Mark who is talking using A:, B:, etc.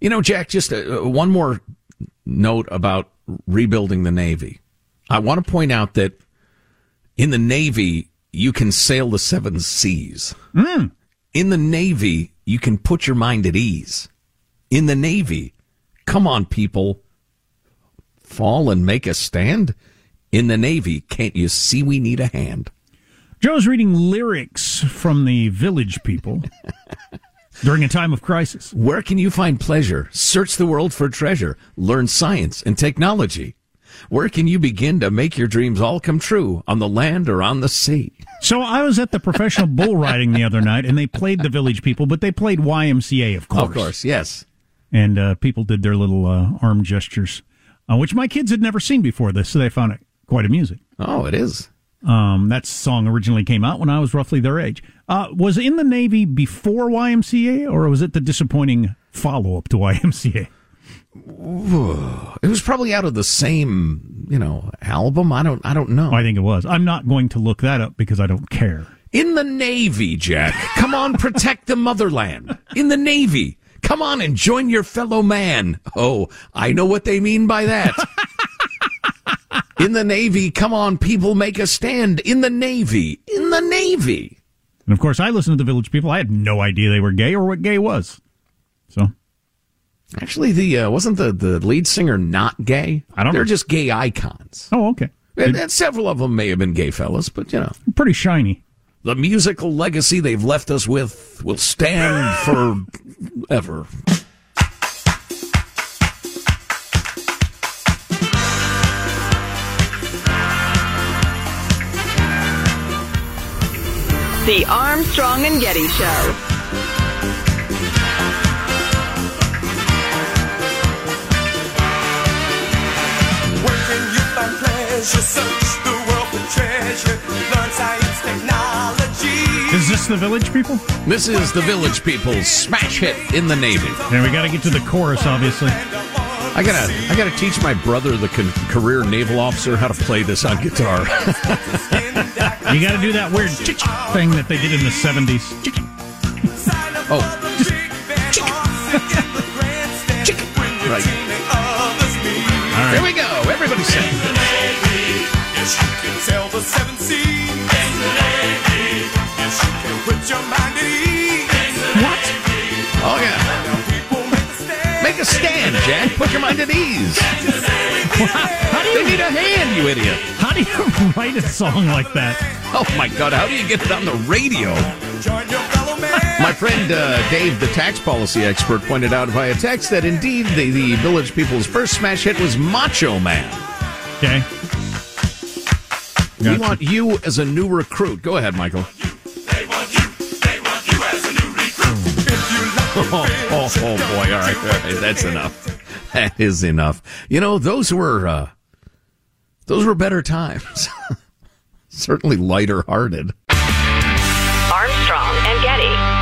A: You know, Jack, just uh one more note about rebuilding the Navy. I want to point out that in the Navy, you can sail the seven seas. In the Navy, you can put your mind at ease. In the Navy, come on, people, fall and make a stand. In the Navy, can't you see we need a hand?
B: Joe's reading lyrics from the village people during a time of crisis.
A: Where can you find pleasure? Search the world for treasure. Learn science and technology. Where can you begin to make your dreams all come true on the land or on the sea?
B: So I was at the professional bull riding the other night, and they played the village people, but they played YMCA, of course.
A: Of course, yes.
B: And uh, people did their little uh, arm gestures, uh, which my kids had never seen before this, so they found it quite amusing.
A: Oh, it is.
B: Um, that song originally came out when I was roughly their age. Uh, was in the Navy before YMCA, or was it the disappointing follow up to YMCA?
A: It was probably out of the same, you know, album. I don't I don't know.
B: I think it was. I'm not going to look that up because I don't care.
A: In the Navy, Jack. Come on, protect the motherland. In the Navy. Come on and join your fellow man. Oh, I know what they mean by that. In the Navy, come on, people, make a stand. In the Navy. In the Navy.
B: And of course, I listened to the Village People. I had no idea they were gay or what gay was. So
A: Actually, the uh, wasn't the, the lead singer not gay?
B: I don't
A: They're
B: know.
A: just gay icons.
B: Oh, okay.
A: And, and several of them may have been gay fellas, but you know.
B: Pretty shiny.
A: The musical legacy they've left us with will stand forever.
C: The Armstrong and Getty Show.
D: Where can you find pleasure? Search the world for treasure. Learn science, technology.
B: Is this the Village People?
A: This is the Village People's smash hit in the Navy.
B: And we got to get to the chorus, obviously.
A: I gotta, I gotta teach my brother, the con- career naval officer, how to play this on guitar.
B: You got to do that weird chick thing that they did in the 70s. Chick.
A: Oh. Right.
D: Right.
A: There we go. Everybody sing.
D: Sail the seven seas. Yes, you can put your mind at ease.
B: What?
A: Oh yeah.
D: Now people make a stand.
A: Make a stand, Jack. Put your mind at ease.
B: How do
A: They
B: you
A: need a hand, you idiot.
B: how do you write a song like that?
A: Oh my God. How do you get it on the radio?
D: Join your fellow man.
A: My friend uh, Dave, the tax policy expert, pointed out via text that indeed the, the Village People's first smash hit was Macho Man.
B: Okay.
A: We want you as a new recruit. Go ahead, Michael. Oh, oh, oh, boy. All right, all right. That's enough. That is enough. You know, those were uh, those were better times. Certainly lighter hearted.
C: Armstrong and Getty.